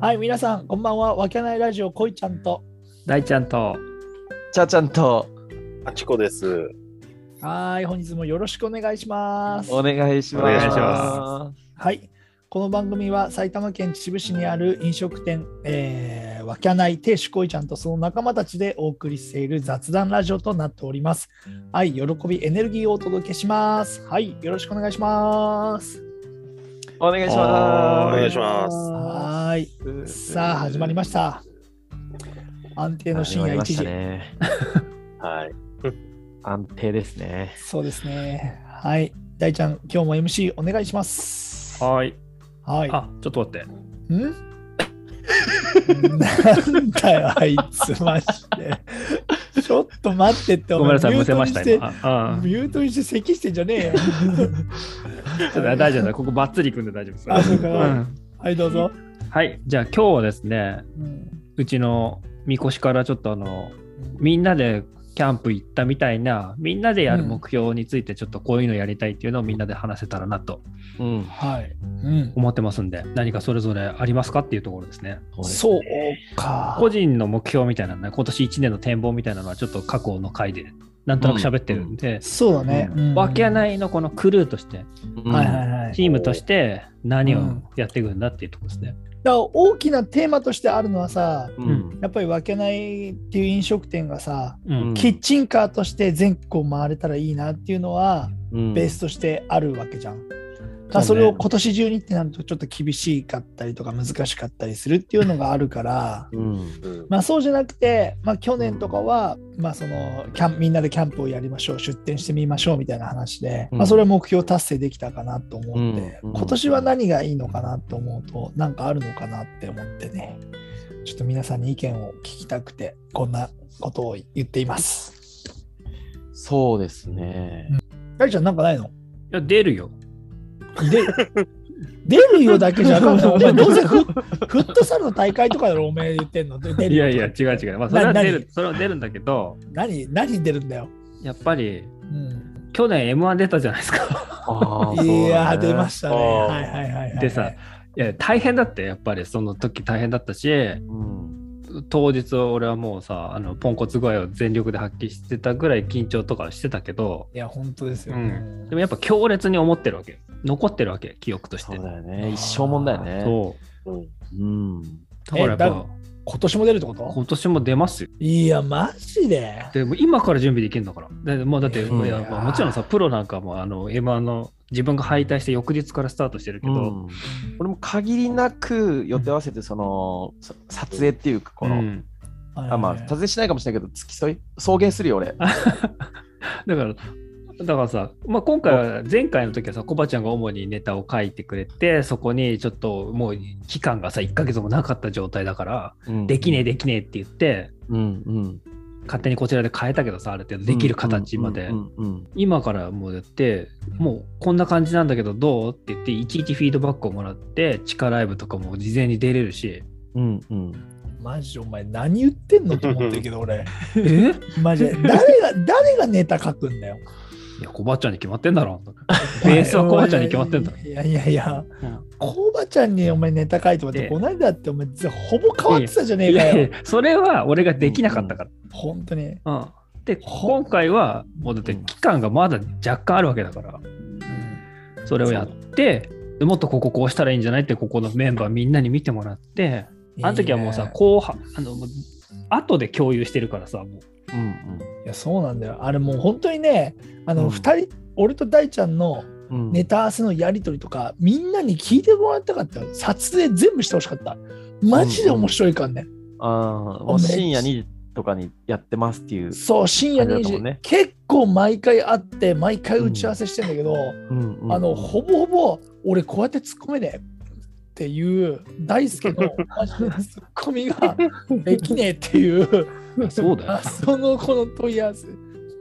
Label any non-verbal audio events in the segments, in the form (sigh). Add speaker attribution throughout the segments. Speaker 1: はい、皆さん、こんばんは。わけないラジオ、こいちゃんと。
Speaker 2: 大ちゃんと
Speaker 3: ちゃちゃんと
Speaker 4: あちこです。
Speaker 1: はーい、本日もよろしくお願いします。
Speaker 3: お願いします。
Speaker 4: お願いし
Speaker 2: ま
Speaker 1: はい、この番組は埼玉県秩父市にある飲食店、えー、わけない亭主こいちゃんとその仲間たちでお送りしている雑談ラジオとなっております。愛、喜び、エネルギーをお届けします。はい、よろしくお願いします。
Speaker 3: お願いします。
Speaker 4: お願いしま
Speaker 1: はーい、さあ、始まりました。安定の深夜1
Speaker 3: 始ま
Speaker 1: 時。
Speaker 3: りましたね
Speaker 4: はい。
Speaker 3: 安定ですね。
Speaker 1: そうですね。はい、大ちゃん、今日も MC お願いします。
Speaker 2: はーい
Speaker 1: はい。
Speaker 2: あちょっと待って
Speaker 1: んなんだよ、あいつ、まして。ちょっと待ってって、お
Speaker 2: ご
Speaker 1: 前
Speaker 2: めんなさいむせました
Speaker 1: ミュート
Speaker 2: 今
Speaker 1: に
Speaker 2: あ
Speaker 1: してミュートにして咳してんじゃねえよ。
Speaker 2: うんちょっと大丈夫だここバッツリ組んで大丈夫です
Speaker 1: あそうか
Speaker 2: うん
Speaker 1: はい、どうぞ。
Speaker 2: はいじゃあ今日はですね
Speaker 1: うん
Speaker 2: うちのみこしからちょっとあのみんなでキャンプ行ったみたいなみんなでやる目標についてちょっとこういうのやりたいっていうのをみんなで話せたらなと
Speaker 3: うん。
Speaker 1: はい。うん、
Speaker 2: 思ってますんで何かそれぞれありますかっていうところですね
Speaker 1: そうか。
Speaker 2: 個人の目標みたいなね今年1年の展望みたいなのはちょっと過去の回でなんとなく喋ってるんで、
Speaker 1: そうだね。うん
Speaker 2: わけないのこのクルーとして
Speaker 3: うん
Speaker 1: はいはいはい。だか
Speaker 2: チームとして何をやっていくんだっていうところですね。
Speaker 1: ら大きなテーマとしてあるのはさ、
Speaker 3: うん
Speaker 1: やっぱりわけないっていう飲食店がさ、
Speaker 2: うん
Speaker 3: うん
Speaker 1: キッチンカーとして全国を回れたらいいなっていうのは、
Speaker 3: うん
Speaker 1: ベースとしてあるわけじゃん。
Speaker 2: そうね
Speaker 1: それを今年中にってなるとちょっと厳しかったりとか難しかったりするっていうのがあるから、
Speaker 3: うん
Speaker 4: うん
Speaker 1: まあそうじゃなくて、まあ去年とかは、まあそのキャン、みんなでキャンプをやりましょう、出店してみましょうみたいな話で、
Speaker 3: うん
Speaker 1: まあそれは目標達成できたかなと思って、
Speaker 3: うんうん
Speaker 1: 今年は何がいいのかなと思うと、なんかあるのかなって思ってね、ちょっと皆さんに意見を聞きたくて、こんなことを言っています。
Speaker 3: そうですね。
Speaker 1: 大ちゃんなんかないの
Speaker 2: いや出るよ。
Speaker 1: で、出るよだけじゃあかん
Speaker 2: (laughs)
Speaker 1: のお前、どうせフフットサルの大会とかだろ、お前言ってんの。で出る
Speaker 2: いやいや
Speaker 1: よ
Speaker 2: 違う違う。まあそれは
Speaker 1: な
Speaker 2: 出る
Speaker 1: 何
Speaker 2: それは出るんだけど
Speaker 1: 何、何出るんだよ。
Speaker 2: やっぱり
Speaker 1: うん、
Speaker 2: 去年 M1 出たじゃないですか。
Speaker 3: あー
Speaker 1: いやー、出ま
Speaker 3: し
Speaker 1: したね。
Speaker 4: あー
Speaker 1: はいはいはいはい。
Speaker 2: でさ (laughs) いや大変だってやっぱりその時大変だったし
Speaker 3: いうん
Speaker 2: 当日俺はもうさあのポンコツ具合を全力で発揮してたぐらい緊張とかしてたけど
Speaker 1: いや、本当ですよ、
Speaker 2: う
Speaker 1: ね
Speaker 2: でもやっぱ強烈に思ってるわけ残ってるわけ記憶とし
Speaker 3: そ
Speaker 2: て。
Speaker 3: うだよね。一生もんだよね。
Speaker 2: そう
Speaker 4: うん
Speaker 3: うん。
Speaker 2: だからやっ
Speaker 1: えだ
Speaker 2: ぱ
Speaker 1: 今年も出るってこと
Speaker 2: 今年も出ますよ。
Speaker 1: いや、マジで。
Speaker 2: でも今から準備できるんだから。でもうだって、
Speaker 3: うん
Speaker 2: いやまあもちろんさ、プロなんかもあの M1 の自分が敗退して翌日からスタートしてるけ
Speaker 3: う
Speaker 2: ど、
Speaker 3: ん俺も限りなく予定合わせて、その、さ撮影っていうか、こ
Speaker 2: う
Speaker 3: の、
Speaker 2: ん (laughs)
Speaker 1: はいはい
Speaker 3: あまあ、撮影しないかもしれないけど、付き添い送迎するよ、俺。
Speaker 2: だから、だからさ、まあ、今回は前回の時はさ、コバちゃんが主にネタを書いてくれて、そこにちょっともう期間がさ、1ヶ月もなかった状態だから、できねえ、できねえって言って、
Speaker 3: うんうん。
Speaker 2: 勝手にこちらで変えたけどさ、ある程度できる形まで。
Speaker 3: うんうんうん
Speaker 2: 今からもうやってもうこんな感じなんだけどどうって言っていちいちフィードバックをもらって地下ライブとかも事前に出れるし
Speaker 3: うんうんうん。
Speaker 1: マジでお前、何言ってんのと思って
Speaker 2: (laughs)
Speaker 1: るけど、俺。
Speaker 2: え
Speaker 1: マジで。誰が、誰がネタ書くんだよ。
Speaker 2: いやコバちゃんに決まってんだ (laughs) ろベースはコバちゃんに決まってんだろ
Speaker 1: いやいやいや。
Speaker 2: うん
Speaker 1: コバちゃんにお前ネタ書いてもらって、
Speaker 2: で
Speaker 1: こないだってお前ほぼ変わってたじゃねえ
Speaker 2: い
Speaker 1: か
Speaker 2: やい
Speaker 1: よ。
Speaker 2: やそれは俺ができなかったから、
Speaker 1: 本当に。
Speaker 2: うんで今回はもうだって期間がまだ若干あるわけだからそれをやってでもっとこここうしたらいいんじゃないってここのメンバーみんなに見てもらってあの時はもうさ
Speaker 1: いいね
Speaker 2: 後半あのもう後で共有してるからさもう
Speaker 3: うん
Speaker 1: いや、そうなんだよ。あれもう本当にね、あ
Speaker 3: う
Speaker 1: の、
Speaker 3: ん
Speaker 1: 二人、俺と大ちゃんの
Speaker 3: うんうん
Speaker 1: ネタ合わせのやりとりとか、みんなに聞いてもらいたかったよ。撮影全部してほしかった。マジで面白いからね。
Speaker 3: ああ、もう深夜にとかにやってますっていう。
Speaker 1: そう、深夜
Speaker 3: あ
Speaker 1: 2
Speaker 3: りがと
Speaker 1: 時、
Speaker 3: うね
Speaker 1: 結構毎回会って、毎回打ち合わせしてんだけど、
Speaker 3: うんうん
Speaker 1: あのほぼほぼ俺こうやって突っ込めねえっていう大輔のマジで突っ込み
Speaker 3: (laughs)
Speaker 1: ができねえっていう
Speaker 2: (laughs) いやそうだよ
Speaker 1: そのこの問い合わせ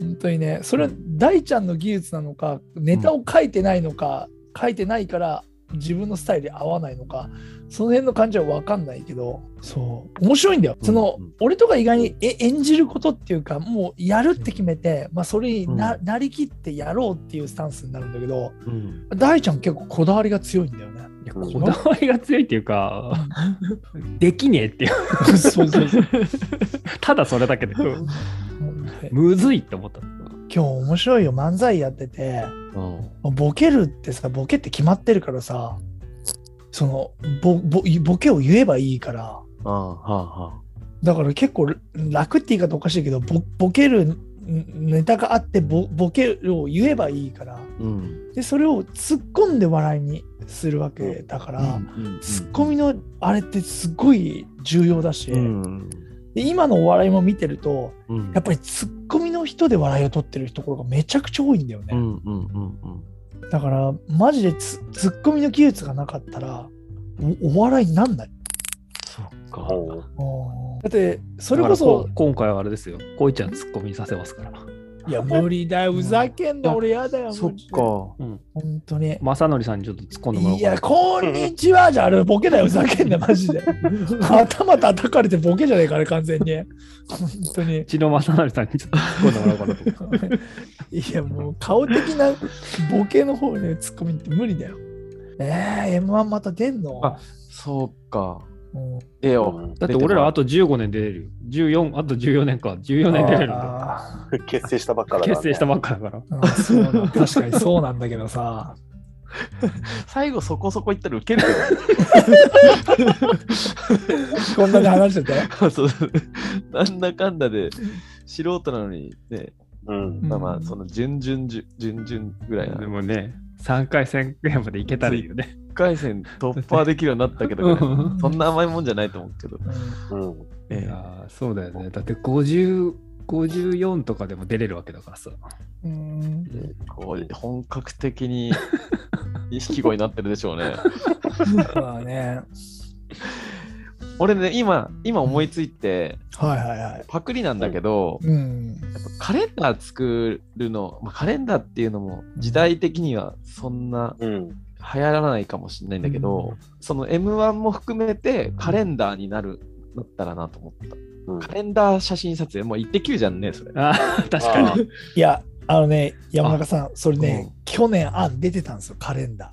Speaker 1: 本当にねそれは大ちゃんの技術なのかネタを書いてないのか書いてないから自分のスタイルで合わないのかその辺の感じは分かんないけどそう面白いんだよその、
Speaker 3: うんうん
Speaker 1: 俺とか意外にえ演じることっていうかもうやるって決めて、まあ、それにな,、なりきってやろうっていうスタンスになるんだけど
Speaker 3: うん
Speaker 1: 大ちゃん結構こだわりが強いんだよね。
Speaker 2: いやこだわりが強いっていう
Speaker 1: (laughs)
Speaker 2: か、できねえっていう、
Speaker 1: そうそうそう
Speaker 2: ただそれ
Speaker 1: (laughs)
Speaker 2: だけで、うん
Speaker 1: 今
Speaker 2: むずいって思った。
Speaker 1: 日面白いよ漫才やっててボケるってさボケって決まってるからさそのボボボケを言えばいいから
Speaker 3: ああはあは
Speaker 1: だから結構楽って言い方おかしいけどボボケるネタがあってボボケるを言えばいいから
Speaker 3: あうん
Speaker 1: でそれを突っ込んで笑いにするわけだから、ツッコミのあれってすごい重要だし、
Speaker 3: うん
Speaker 1: で今のお笑いも見てると
Speaker 3: うん
Speaker 1: やっぱりツッコミの人で笑いを取ってるところがめちゃくちゃ多いんだよ
Speaker 3: う
Speaker 1: ね、
Speaker 3: んうんうんうん
Speaker 1: だからマジでツツッコミの技術がなかったらおお笑いになんない
Speaker 3: そっか
Speaker 4: おー
Speaker 1: だってそれこ
Speaker 2: だか
Speaker 1: そ
Speaker 2: ら今回はあれですよ、こいちゃんツッコミさせますから。
Speaker 1: いや無理だよふざけんな
Speaker 3: うん
Speaker 1: 俺やだよ
Speaker 3: そっ
Speaker 1: マ
Speaker 3: か
Speaker 1: ジで本当に
Speaker 2: 正則さんにちょっと突っ込んでもらおう
Speaker 1: い
Speaker 2: かな
Speaker 1: や、こんにちはじゃあれボケだよ、ふざけんな、マジで。頭叩かれてボケじゃねえか、あれ、完全に。本当に
Speaker 2: う。ちの正成さんにちょっと突っ込んでもらおう
Speaker 1: (laughs)
Speaker 2: かなと思って。
Speaker 1: いや、もう顔的なボケの方にツッコミって無理だよ。えー、M1 また出んの
Speaker 3: あそうか
Speaker 1: うん
Speaker 3: えよ
Speaker 4: う
Speaker 2: だって俺らあと15年出れるよ。14、あと14年か。14年出れるんだ。
Speaker 1: あ
Speaker 4: ん結成したばっかだからね
Speaker 2: 結成したばっかだから。
Speaker 1: ーあーそう (laughs) なん確かにそうなんだけどさ。
Speaker 3: 最後そこそこ行ったらウケるけ
Speaker 1: (laughs) こんなに話してて。
Speaker 3: どそうなんだかんだで素人なのにね
Speaker 4: うん。
Speaker 3: まあまあその準々準準々ぐらいな
Speaker 2: でもね、3回戦ぐらいまでいけたらいいよね。
Speaker 3: 1回戦突破できるようになったけ
Speaker 2: う
Speaker 3: ど、
Speaker 2: ん
Speaker 3: そんな甘いもんじゃないと思うけど。
Speaker 4: うん。
Speaker 2: いやーそうだよね。だって50 54とかでも出れるわけだからさ。
Speaker 1: うんうん
Speaker 3: こう本格的に錦鯉になってるでしょうね。 (laughs)
Speaker 1: まあね。
Speaker 3: 俺ね、今、今思いついて、
Speaker 1: はいはいはい。
Speaker 3: パクリなんだけど、
Speaker 1: うん。
Speaker 3: やっぱカレンダー作るの、まあ、カレンダーっていうのも時代的にはそんな
Speaker 4: うん。
Speaker 3: 流行らないかもしれないんだけど、その M1 も含めてカレンダーになる、だったらなと思った。
Speaker 4: うん
Speaker 3: カレンダー写真撮影、もう一滴じゃんね、それ。
Speaker 2: ああ、確かに。
Speaker 1: いや、あのね、山中さん、それね
Speaker 3: う、
Speaker 1: 去年案出てたんですよ、カレンダ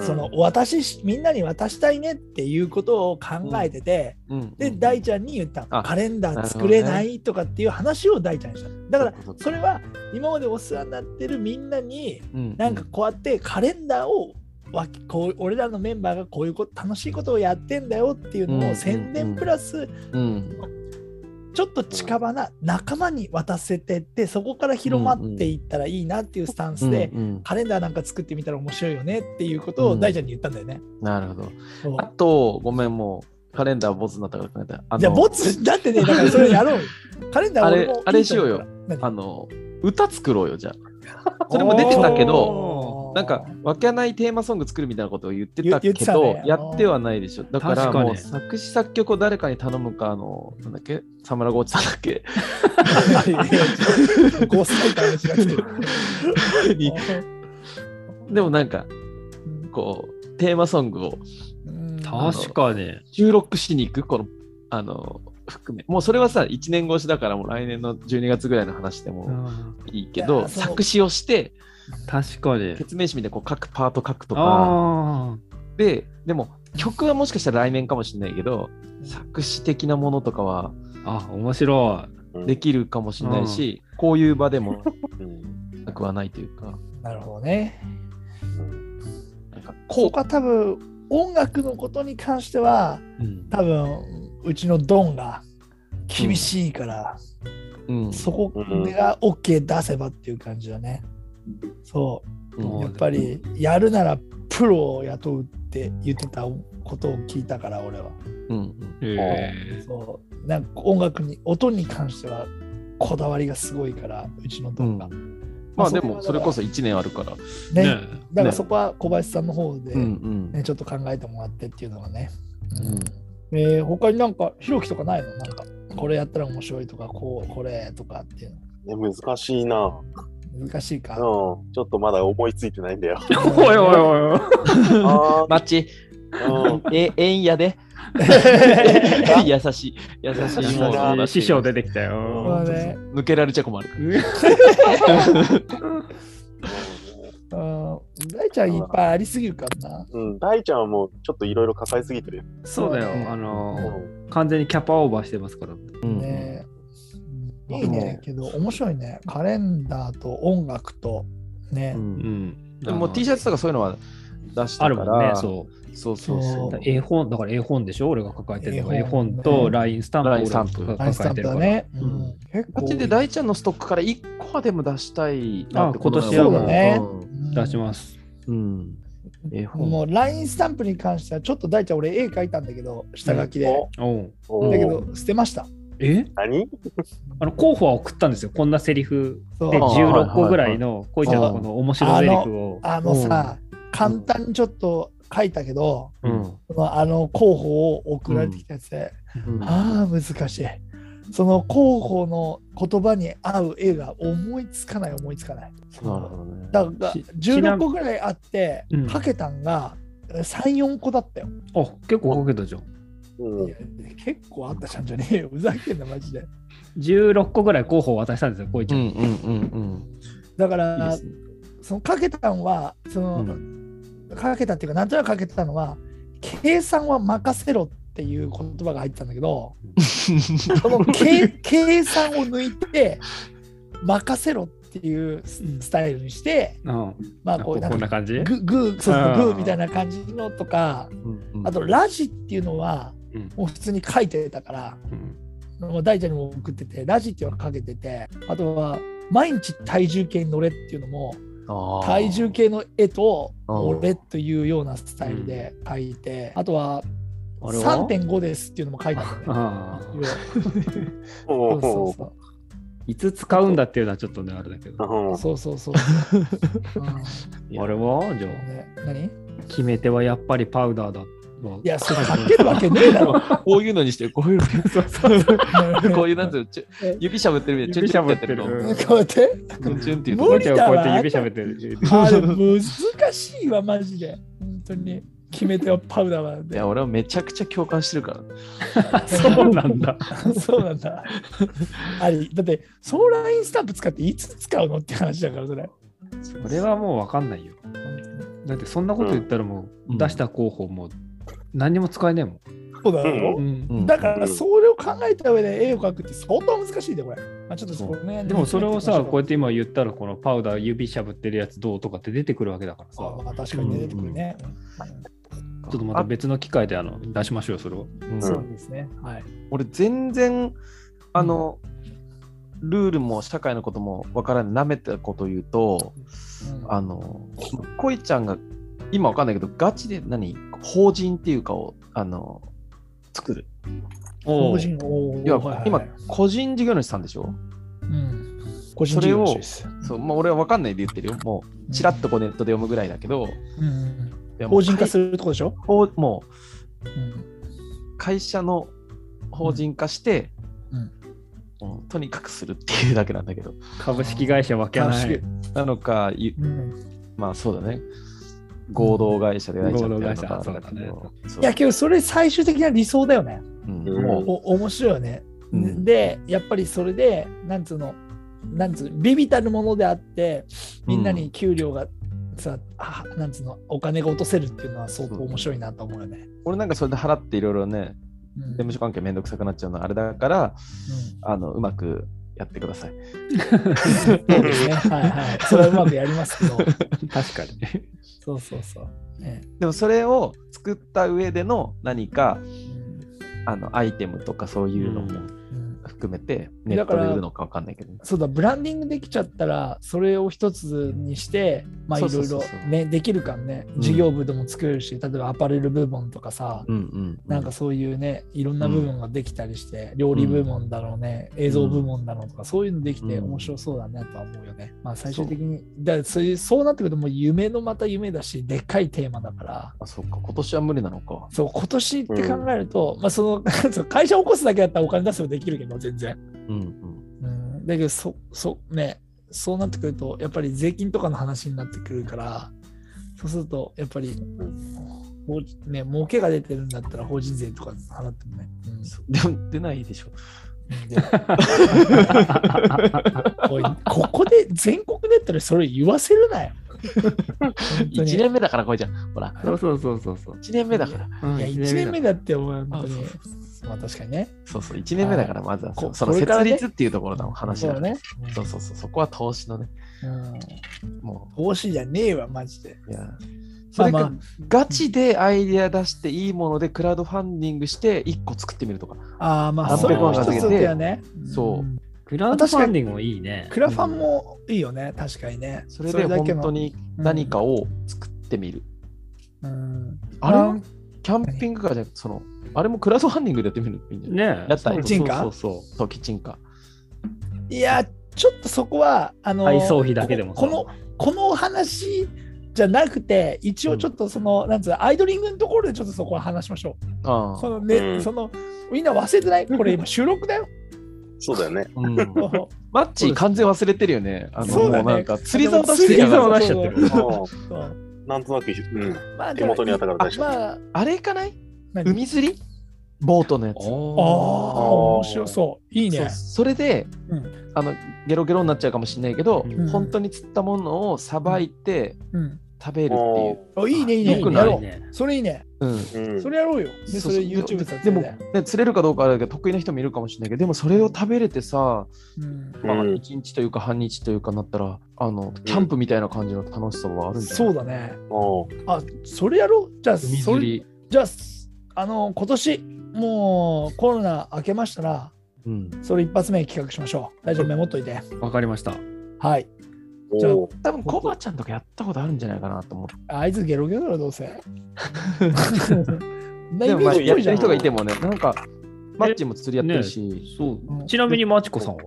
Speaker 1: その私しみんなに渡したいねっていうことを考えてて、
Speaker 3: うん
Speaker 1: で大ちゃんに言ったの
Speaker 3: あ
Speaker 1: カレンダー作れないとかっていう話を大ちゃんにしたのだから
Speaker 3: そうかそうか
Speaker 1: それは今までお世話になってるみんなに
Speaker 3: うん
Speaker 1: なんかこうやってカレンダーをわきこう俺らのメンバーがこういうこと楽しいことをやってんだよっていう
Speaker 3: うんうん
Speaker 1: の
Speaker 3: う
Speaker 1: を
Speaker 3: ん
Speaker 1: 宣伝プラス
Speaker 3: うん、
Speaker 1: ちょっと近場な仲間に渡せてってそこから広まっていったらいいなっていうスタンスで
Speaker 3: うんうん
Speaker 1: カレンダーなんか作ってみたら面白いよねっていうことを
Speaker 3: うん
Speaker 1: 大ちゃんに言ったんだよね。
Speaker 3: なるほど。
Speaker 1: そう
Speaker 3: あと、ごめん、もうカレンダーボツになったから考えた。あの
Speaker 1: じゃあボツだってねだからそれやろうよ。
Speaker 3: (laughs)
Speaker 1: カレンダー俺もいいと思うから
Speaker 3: あれあれしようよ。
Speaker 1: 何
Speaker 3: あの、歌作ろうよ、じゃあ。それも出てたけど、
Speaker 1: おー
Speaker 3: な
Speaker 1: (laughs)
Speaker 3: んか、わけないテーマソング作るみたいなことを言ってた
Speaker 1: 言言
Speaker 3: け
Speaker 1: ってた
Speaker 3: ど、
Speaker 1: ね
Speaker 3: やってはないでしょ。だか
Speaker 2: 確
Speaker 3: ら、
Speaker 2: かに
Speaker 3: もう作詞作曲を誰かに頼むか、あの、なんだっけ、サムラゴーチさんだっけ、
Speaker 1: 5歳から話が来てる。
Speaker 3: (laughs) にでもなんか、こう、テーマソングを
Speaker 1: うん
Speaker 2: 確かに。
Speaker 3: 収録しに行く、この、あの、含めもうそれはさ1年越しだからもう来年の12月ぐらいの話でもいいけ
Speaker 1: い
Speaker 3: ど
Speaker 1: やそう
Speaker 3: 作詞をして
Speaker 2: 確かに。
Speaker 3: 説明詞みたいにこう各パート書くとか
Speaker 2: あ
Speaker 3: ででも曲はもしかしたら来年かもしれないけど作詞的なものとかは
Speaker 2: あ、あ面白い。
Speaker 4: うん
Speaker 3: できるかもしれないし、こういう場でも
Speaker 4: うん
Speaker 3: なくはないというか
Speaker 1: なるほどね。
Speaker 4: うん
Speaker 3: なんかこ
Speaker 1: こ
Speaker 3: う
Speaker 1: こは多分音楽のことに関しては
Speaker 2: うん
Speaker 1: 多分うちのドンが厳しいから、
Speaker 3: うん
Speaker 1: そこが OK 出せばっていう感じだね。そうう
Speaker 2: も
Speaker 3: ん
Speaker 2: う
Speaker 1: やっぱりやるならプロを雇うって言ってたことを聞いたから俺は。
Speaker 3: うん
Speaker 2: え
Speaker 1: そうなんか音楽に音に関してはこだわりがすごいからうちのドンが。
Speaker 3: まあ
Speaker 1: それ
Speaker 3: で
Speaker 1: は
Speaker 3: もそれこそ1年あるから。
Speaker 1: ねだ
Speaker 2: ね
Speaker 1: から
Speaker 3: ね
Speaker 1: そこは小林さんの方で、
Speaker 3: うんう
Speaker 1: ね
Speaker 3: ん。
Speaker 1: ちょっと考えてもらってっていうのがね、
Speaker 3: うん
Speaker 1: えー他になんかひろきとかないのなんかこれやったら面白いとかこうこれとかっていう
Speaker 4: ね、難しいな。うん。
Speaker 1: の難しいか
Speaker 4: ち、ょっとまだ思いついてないんだよ。
Speaker 2: おいおいおい。
Speaker 4: あ
Speaker 3: マッチ、
Speaker 4: ーうん。
Speaker 3: え、えんやで。 (laughs) 優しい。優しい。
Speaker 4: もう
Speaker 2: もう師匠出てきた
Speaker 1: (laughs) まあ
Speaker 2: よ。
Speaker 1: ね
Speaker 3: 抜けられちゃ困る。
Speaker 1: うん大ちゃんいっぱいありすぎるからな
Speaker 4: うん。大ちゃんはもうちょっといろいろ抱えすぎてるよ。
Speaker 2: そうだよ。あ
Speaker 4: う
Speaker 2: の、
Speaker 4: ん。
Speaker 2: 完全にキャパオーバーしてますから。
Speaker 3: うん
Speaker 1: ね、いいねけど面白いねカレンダーと音楽とね、
Speaker 2: ん。
Speaker 3: でももう T シ
Speaker 2: ャツ
Speaker 3: ャツとかそういうのは出したか
Speaker 2: あ
Speaker 3: ら。
Speaker 2: るもんね、そう。
Speaker 3: そうそう
Speaker 1: そ
Speaker 3: そうう。
Speaker 2: 絵本、だから絵本でしょ俺が抱えてるのが
Speaker 1: 絵
Speaker 2: 絵
Speaker 1: 本
Speaker 2: 本と LINE スタンプを
Speaker 3: ラインスタンプ
Speaker 2: 俺が
Speaker 1: アイス
Speaker 2: 抱
Speaker 1: タン
Speaker 2: えて
Speaker 1: プ
Speaker 2: るか
Speaker 1: だ
Speaker 2: ら。
Speaker 1: ね、う
Speaker 3: うんん、
Speaker 1: 結
Speaker 3: あっ
Speaker 1: 構
Speaker 3: ちで大ちゃんのストックから1個はでも出したいなってこと
Speaker 2: あ
Speaker 3: な
Speaker 2: 今年は
Speaker 3: の
Speaker 2: もう
Speaker 1: そうだね
Speaker 2: 出し
Speaker 1: す
Speaker 2: ます。
Speaker 3: うん。絵本。
Speaker 1: もう LINE スタンプに関してはちょっと大ちゃん俺絵描いたんだけど下書きで、
Speaker 4: お
Speaker 2: おう
Speaker 4: お
Speaker 1: だけど捨てました
Speaker 2: え
Speaker 4: 何
Speaker 2: あの候補は送ったんですよ。こんなセリフ
Speaker 1: そう
Speaker 2: で
Speaker 3: あー
Speaker 2: 16個ぐらいのこいちゃんのこの面白いセリフを。
Speaker 1: あのさ、簡単にちょっと書いたけど、
Speaker 3: うん。
Speaker 1: そのあの候補を送られてきたやつで、
Speaker 3: うん
Speaker 1: ああ難しいその候補の言葉に合う絵が思いつかない思いつかない
Speaker 3: なるほどね。
Speaker 1: だから
Speaker 2: ちちな
Speaker 1: 16個ぐらいあって
Speaker 2: うん
Speaker 1: 書けたんが34個だったよ
Speaker 2: あ、結構かけたじゃん。
Speaker 4: う
Speaker 1: い
Speaker 4: ん
Speaker 1: や。結構あったじゃんじゃねえよ (laughs) ふざけんなマジで
Speaker 2: 16個ぐらい候補を渡したんですよ、こいち
Speaker 3: う
Speaker 2: ゃん
Speaker 3: ん
Speaker 2: に。
Speaker 3: うんうん
Speaker 1: だか
Speaker 3: うん。いい
Speaker 1: ら
Speaker 3: ですね。
Speaker 1: そのかけたんはその、
Speaker 3: うん
Speaker 1: かけたっていうかなんとなくかけてたのは計算は任せろっていう言葉が入ってたんだけ
Speaker 2: (laughs)
Speaker 1: どその計計算を抜いて任せろっていうススタイルにして
Speaker 2: うん
Speaker 1: まあ
Speaker 2: あ
Speaker 1: こう
Speaker 2: こ
Speaker 1: なん
Speaker 2: こん
Speaker 1: か
Speaker 2: な感じ
Speaker 1: ググーそう
Speaker 2: あー
Speaker 1: グーみたいな感じのとか
Speaker 3: うんう
Speaker 1: (laughs)
Speaker 3: ん
Speaker 1: あとラジっていうのは
Speaker 2: うん
Speaker 1: もう普通に書いてたから
Speaker 2: うん
Speaker 1: もう大ちゃんにも送っててラジっていうのはかけててあとは毎日体重計に乗れっていうのも
Speaker 3: あー
Speaker 1: 体重計の絵と
Speaker 3: あー
Speaker 1: 俺というようなスタイルで書いて、あとは
Speaker 2: あれは
Speaker 1: 3.5ですっていうのも書いてあるんだよね。
Speaker 2: ああ
Speaker 1: そう
Speaker 4: おう
Speaker 1: そう
Speaker 4: お
Speaker 1: そ
Speaker 2: いつ使うんだっていうのはちょっとね、あれだけど。
Speaker 4: う
Speaker 1: う。そうそうそう。うん
Speaker 2: あれはじゃあ、
Speaker 1: ね、何い
Speaker 2: 決め手はやっぱりパウダーだ。い
Speaker 1: や、それ書けるわけねえだろ。
Speaker 3: こういうのにして、こういうの (laughs) にして、 (laughs) こういうなんていうのちょ
Speaker 1: え
Speaker 3: 指しゃぶってるみたいな、
Speaker 2: 指しゃぶって
Speaker 3: チュン
Speaker 2: る。
Speaker 1: こうやって
Speaker 3: チュンっていうと
Speaker 1: 無
Speaker 2: こ
Speaker 3: こ
Speaker 2: い
Speaker 1: 理
Speaker 2: ちゃん
Speaker 1: だ
Speaker 2: はこう
Speaker 1: わ
Speaker 2: やって指しゃべってる。
Speaker 1: あれ難しいわ、マジで。本当に。決め手はパウダーなん
Speaker 3: い
Speaker 1: で
Speaker 3: や、。俺はめちゃくちゃ共感してるから。
Speaker 2: そうなんだ。
Speaker 1: (laughs) そうなんだ。あれ、だって、そのラインスタンプ使っていつ使うのって話だから、それ。
Speaker 2: それはもうわかんないよ。だってそんなこと言ったらも
Speaker 3: う
Speaker 2: うん出した候補も何にも使えねえもん。
Speaker 1: そうだろ、
Speaker 2: うん
Speaker 3: うん
Speaker 1: だから、それを考えた上で絵を描くって相当難しいで、これ。まあ、ちょっとそこね。
Speaker 2: でもそれをさ、こうやって今言ったら、このパウダー指しゃぶってるやつどうとかって出てくるわけだからさ、ち
Speaker 1: あ
Speaker 2: ょ
Speaker 1: まあ、確かにね出てくるね。
Speaker 2: っとまた別の機会であの出しましょうよ、それを。
Speaker 3: うん
Speaker 4: うん
Speaker 1: そうですね。はい。
Speaker 3: 俺全然あの、ルールも社会のこともわからないなめたこと言うとあの恋ちゃんが今わかんないけどガチで何法人っていうかをあの作る
Speaker 1: 個
Speaker 2: お
Speaker 1: 人を
Speaker 3: 要は、
Speaker 1: はいはい
Speaker 3: 今個人事業主さんでしょ
Speaker 1: うん個人
Speaker 3: それを
Speaker 1: 事業主です
Speaker 3: そう、まあ、俺はわかんないで言ってるよもうちらっとこうネットで読むぐらいだけど、
Speaker 1: うんうん
Speaker 3: いやもう
Speaker 1: 法人化するとこでしょ。
Speaker 3: 法もう
Speaker 1: うん
Speaker 3: 会社の法人化して、
Speaker 1: うん
Speaker 3: もうとにかくするっていうだけなんだけど
Speaker 2: 株式会社わけない。
Speaker 3: なのかい
Speaker 1: うん
Speaker 3: まあそうだね。合同会社でやっちゃってるのか
Speaker 2: 合同会社
Speaker 3: あれだけど。そう
Speaker 1: いやけどそれ最終的な理想だよね。
Speaker 3: うん
Speaker 4: うん
Speaker 3: もう
Speaker 1: お面白いよね。
Speaker 3: うん
Speaker 1: でやっぱりそれでなんつうのなんつうの微々たるものであってみんなに給料がさ、あなんつうのお金が落とせるっていうのは相当面白いなと思うよね。
Speaker 3: 俺なんかそれで払っていろいろね、
Speaker 1: うん
Speaker 3: 税務署関係めんどくさくなっちゃうのはあれだから、あのうまくやってください。
Speaker 1: うんそうですね。はいはい。それはうまくやりますけど。
Speaker 3: (laughs)
Speaker 2: 確かに。
Speaker 1: そうそうそう。ね
Speaker 3: でもそれを作った上での何か
Speaker 1: うん
Speaker 3: あのアイテムとかそういうのも
Speaker 1: うん
Speaker 3: 含めて、ネットで売るのか分かんないけどね。
Speaker 1: そうだブランディングできちゃったらそれを一つにしてまあい
Speaker 3: そ
Speaker 1: ろ
Speaker 3: うそう
Speaker 1: い
Speaker 3: そう
Speaker 1: ろ
Speaker 3: そう
Speaker 1: ねできるからね
Speaker 3: うん
Speaker 1: 事業部でも作れるし例えばアパレル部門とかさ
Speaker 3: うんうんう
Speaker 1: なんかそういうねいろんな部門ができたりして料理部門だろうね映像部門だろうとかそういうのできて
Speaker 3: うん
Speaker 1: 面白そうだねとは思うよねまあ最終的にだからそういうそうなってくるともう夢のまた夢だしでっかいテーマだから
Speaker 3: あ、そっか、今年は無理なのか。
Speaker 1: そう今年って考えるとまあその (laughs) そう会社起こすだけだったらお金出せばできるけど全然
Speaker 3: うん
Speaker 1: うん、だけどそそうねそうなってくるとやっぱり税金とかの話になってくるからそうするとやっぱり、ほうね儲けが出てるんだったら法人税とか払ってもね、うん
Speaker 3: うん。そうでも出ない (laughs) でしょ。
Speaker 1: でおいここで全国ネットでそれ言わせるなよ本当に
Speaker 3: 1年目だから、これじゃん。ほら、
Speaker 2: そうそうそうそうそう。
Speaker 3: 1年目だから。
Speaker 2: う
Speaker 1: (laughs)
Speaker 2: ん
Speaker 1: いや1年目だってお前本当
Speaker 3: あ
Speaker 1: に
Speaker 3: そう
Speaker 1: まあ確かにね
Speaker 3: そうそう、1年目だから、まずは
Speaker 1: こ
Speaker 3: そその
Speaker 1: これから
Speaker 3: 設
Speaker 1: ね
Speaker 3: 立っていうところの話
Speaker 1: そ
Speaker 3: だか
Speaker 1: う
Speaker 3: ら。
Speaker 1: ね、
Speaker 3: そうそうそう、そこは投資のね、
Speaker 1: うん、
Speaker 3: も
Speaker 1: 投資じゃねえわマジで
Speaker 3: う、いや。それ
Speaker 1: まあ
Speaker 3: か、
Speaker 1: ま
Speaker 3: ガチでアイディア出していいものでクラウドファンディングして1個作ってみるとか。
Speaker 1: ああまあ
Speaker 3: 何
Speaker 1: それ
Speaker 3: 百
Speaker 1: も
Speaker 3: 万
Speaker 1: 一
Speaker 3: かけて
Speaker 1: つだよね
Speaker 3: そうん
Speaker 2: クラウドファンディングもいいね。
Speaker 1: クラファンもいいよね、確かにね。
Speaker 3: それで
Speaker 1: だけ
Speaker 3: 本
Speaker 1: の
Speaker 3: 当に何かを作ってみる。
Speaker 1: うん、
Speaker 3: あれ
Speaker 1: う
Speaker 3: は
Speaker 1: ん
Speaker 3: キャンピングカーじゃなくて、その、あれもクラウドファンディングでやってみるのいいんじゃない
Speaker 2: ね
Speaker 3: やったら
Speaker 1: キッチンカー
Speaker 3: そうそうそうそう、キッチンカ
Speaker 1: いや、ちょっとそこは、あの、
Speaker 2: 配送費だけでも
Speaker 1: ここの、このお話じゃなくて、一応ちょっとその、なんつうの、アイドリングのところでちょっとそこは話しましょ
Speaker 3: ー。あ
Speaker 1: う。そ
Speaker 3: あ。
Speaker 1: のね、
Speaker 4: うん
Speaker 1: その、みんな忘れて
Speaker 3: (laughs)
Speaker 1: ないこれ今収録だよ。
Speaker 4: そうだよね。
Speaker 3: うん
Speaker 1: (laughs) も
Speaker 3: マッチー完全忘れてるよね。あの、
Speaker 1: そうだね
Speaker 3: もうなんか釣り竿出
Speaker 1: う
Speaker 3: してる
Speaker 2: 釣り竿
Speaker 3: から
Speaker 2: 出しちゃってる
Speaker 1: そうそう
Speaker 4: う
Speaker 1: そう。
Speaker 4: んなんとなく、うん。
Speaker 1: まあ
Speaker 4: 手元にあったから大丈夫
Speaker 1: あまあ、
Speaker 3: あれ行かない
Speaker 1: 何
Speaker 3: 海釣りボートのやつ。
Speaker 1: ああ、
Speaker 2: お
Speaker 1: 面白そう。いいね
Speaker 3: そう。それで、
Speaker 1: うん
Speaker 3: あのゲロゲロになっちゃうかもしれないけど、
Speaker 2: うん
Speaker 3: 本当に釣ったものをさばいて
Speaker 1: うん。
Speaker 3: 食べるってい
Speaker 4: お
Speaker 3: う。
Speaker 1: あいいね、いいね。
Speaker 3: よ
Speaker 1: や
Speaker 3: くない
Speaker 1: ろ
Speaker 2: よ
Speaker 1: う。
Speaker 2: ね。
Speaker 1: それいいね。
Speaker 3: うん
Speaker 4: ーうん
Speaker 1: それやろうよ。で、そ
Speaker 3: そう
Speaker 1: れ
Speaker 3: そう
Speaker 1: YouTube 撮
Speaker 3: で
Speaker 1: 影
Speaker 3: も
Speaker 1: だよ。
Speaker 3: ね、釣れるかどうかはあれだけど得意な人もいるかもしれないけどでもそれを食べれてさ、
Speaker 1: うん
Speaker 4: うん
Speaker 3: まあ、1日というか半日というかなったらあのキャンプみたいな感じの楽しさはあるんじゃない、
Speaker 1: そうだね。
Speaker 4: おー
Speaker 1: あ、それやろう。じゃあ、
Speaker 3: 海
Speaker 1: そ
Speaker 3: 釣
Speaker 1: れ
Speaker 3: り、
Speaker 1: じゃあ、すあの、今年、もうコロナ明けましたら、
Speaker 3: うん、
Speaker 1: それ一発目に企画しましょう。大丈夫、メモっといて。
Speaker 2: わかりました。
Speaker 1: はい。じゃあ
Speaker 4: おー。
Speaker 3: 多分コバちゃんとかやったことあるんじゃないかなと思って
Speaker 1: あいつゲロゲロだろ、ど
Speaker 3: (laughs)
Speaker 1: うせ。なイ
Speaker 3: でも
Speaker 1: メ
Speaker 3: ま
Speaker 1: ー
Speaker 3: あ
Speaker 1: ジっぽ
Speaker 3: やっ
Speaker 1: いじゃ
Speaker 3: てる
Speaker 1: ん。
Speaker 3: 人がいてもねなんかマッチも釣りやってるし、
Speaker 2: そう。ちなみにマチコさんは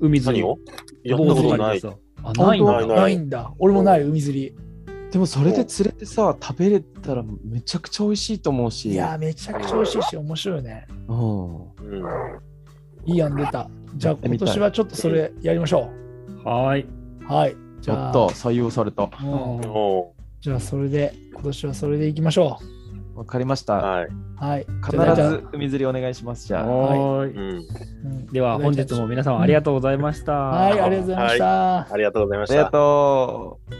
Speaker 2: 海釣
Speaker 4: 何
Speaker 2: り
Speaker 4: をやったことない。。
Speaker 2: あ、ないん
Speaker 3: な
Speaker 2: だ
Speaker 3: い。
Speaker 1: ないんだ。俺もない、海釣り。
Speaker 3: でもそれで釣れてさ食べれたらめちゃくちゃ美味しいと思うし
Speaker 1: いやー、めちゃくちゃ美味しいし、面白いね。
Speaker 3: うん、
Speaker 4: うん。
Speaker 1: いい案出た。じゃあ、今年はちょっとそれやりましょ
Speaker 2: はーい。
Speaker 1: う。はい。じ
Speaker 3: や
Speaker 1: ゃあ、
Speaker 3: った採用された
Speaker 1: うん
Speaker 4: お
Speaker 1: じゃあ、それで、今年はそれでいきましょ
Speaker 3: わかりまし
Speaker 4: ー
Speaker 3: た
Speaker 4: はい。
Speaker 1: う。はい。
Speaker 3: 必
Speaker 1: じゃあじゃあ
Speaker 3: ず海釣りお願いしますじゃあ
Speaker 2: はーい。
Speaker 4: うん。
Speaker 1: うん
Speaker 2: では、本日も皆様ありがとうございました。
Speaker 1: はい、ありがとうございました。
Speaker 4: ありがとうございまし
Speaker 3: ありが
Speaker 4: た。
Speaker 3: とう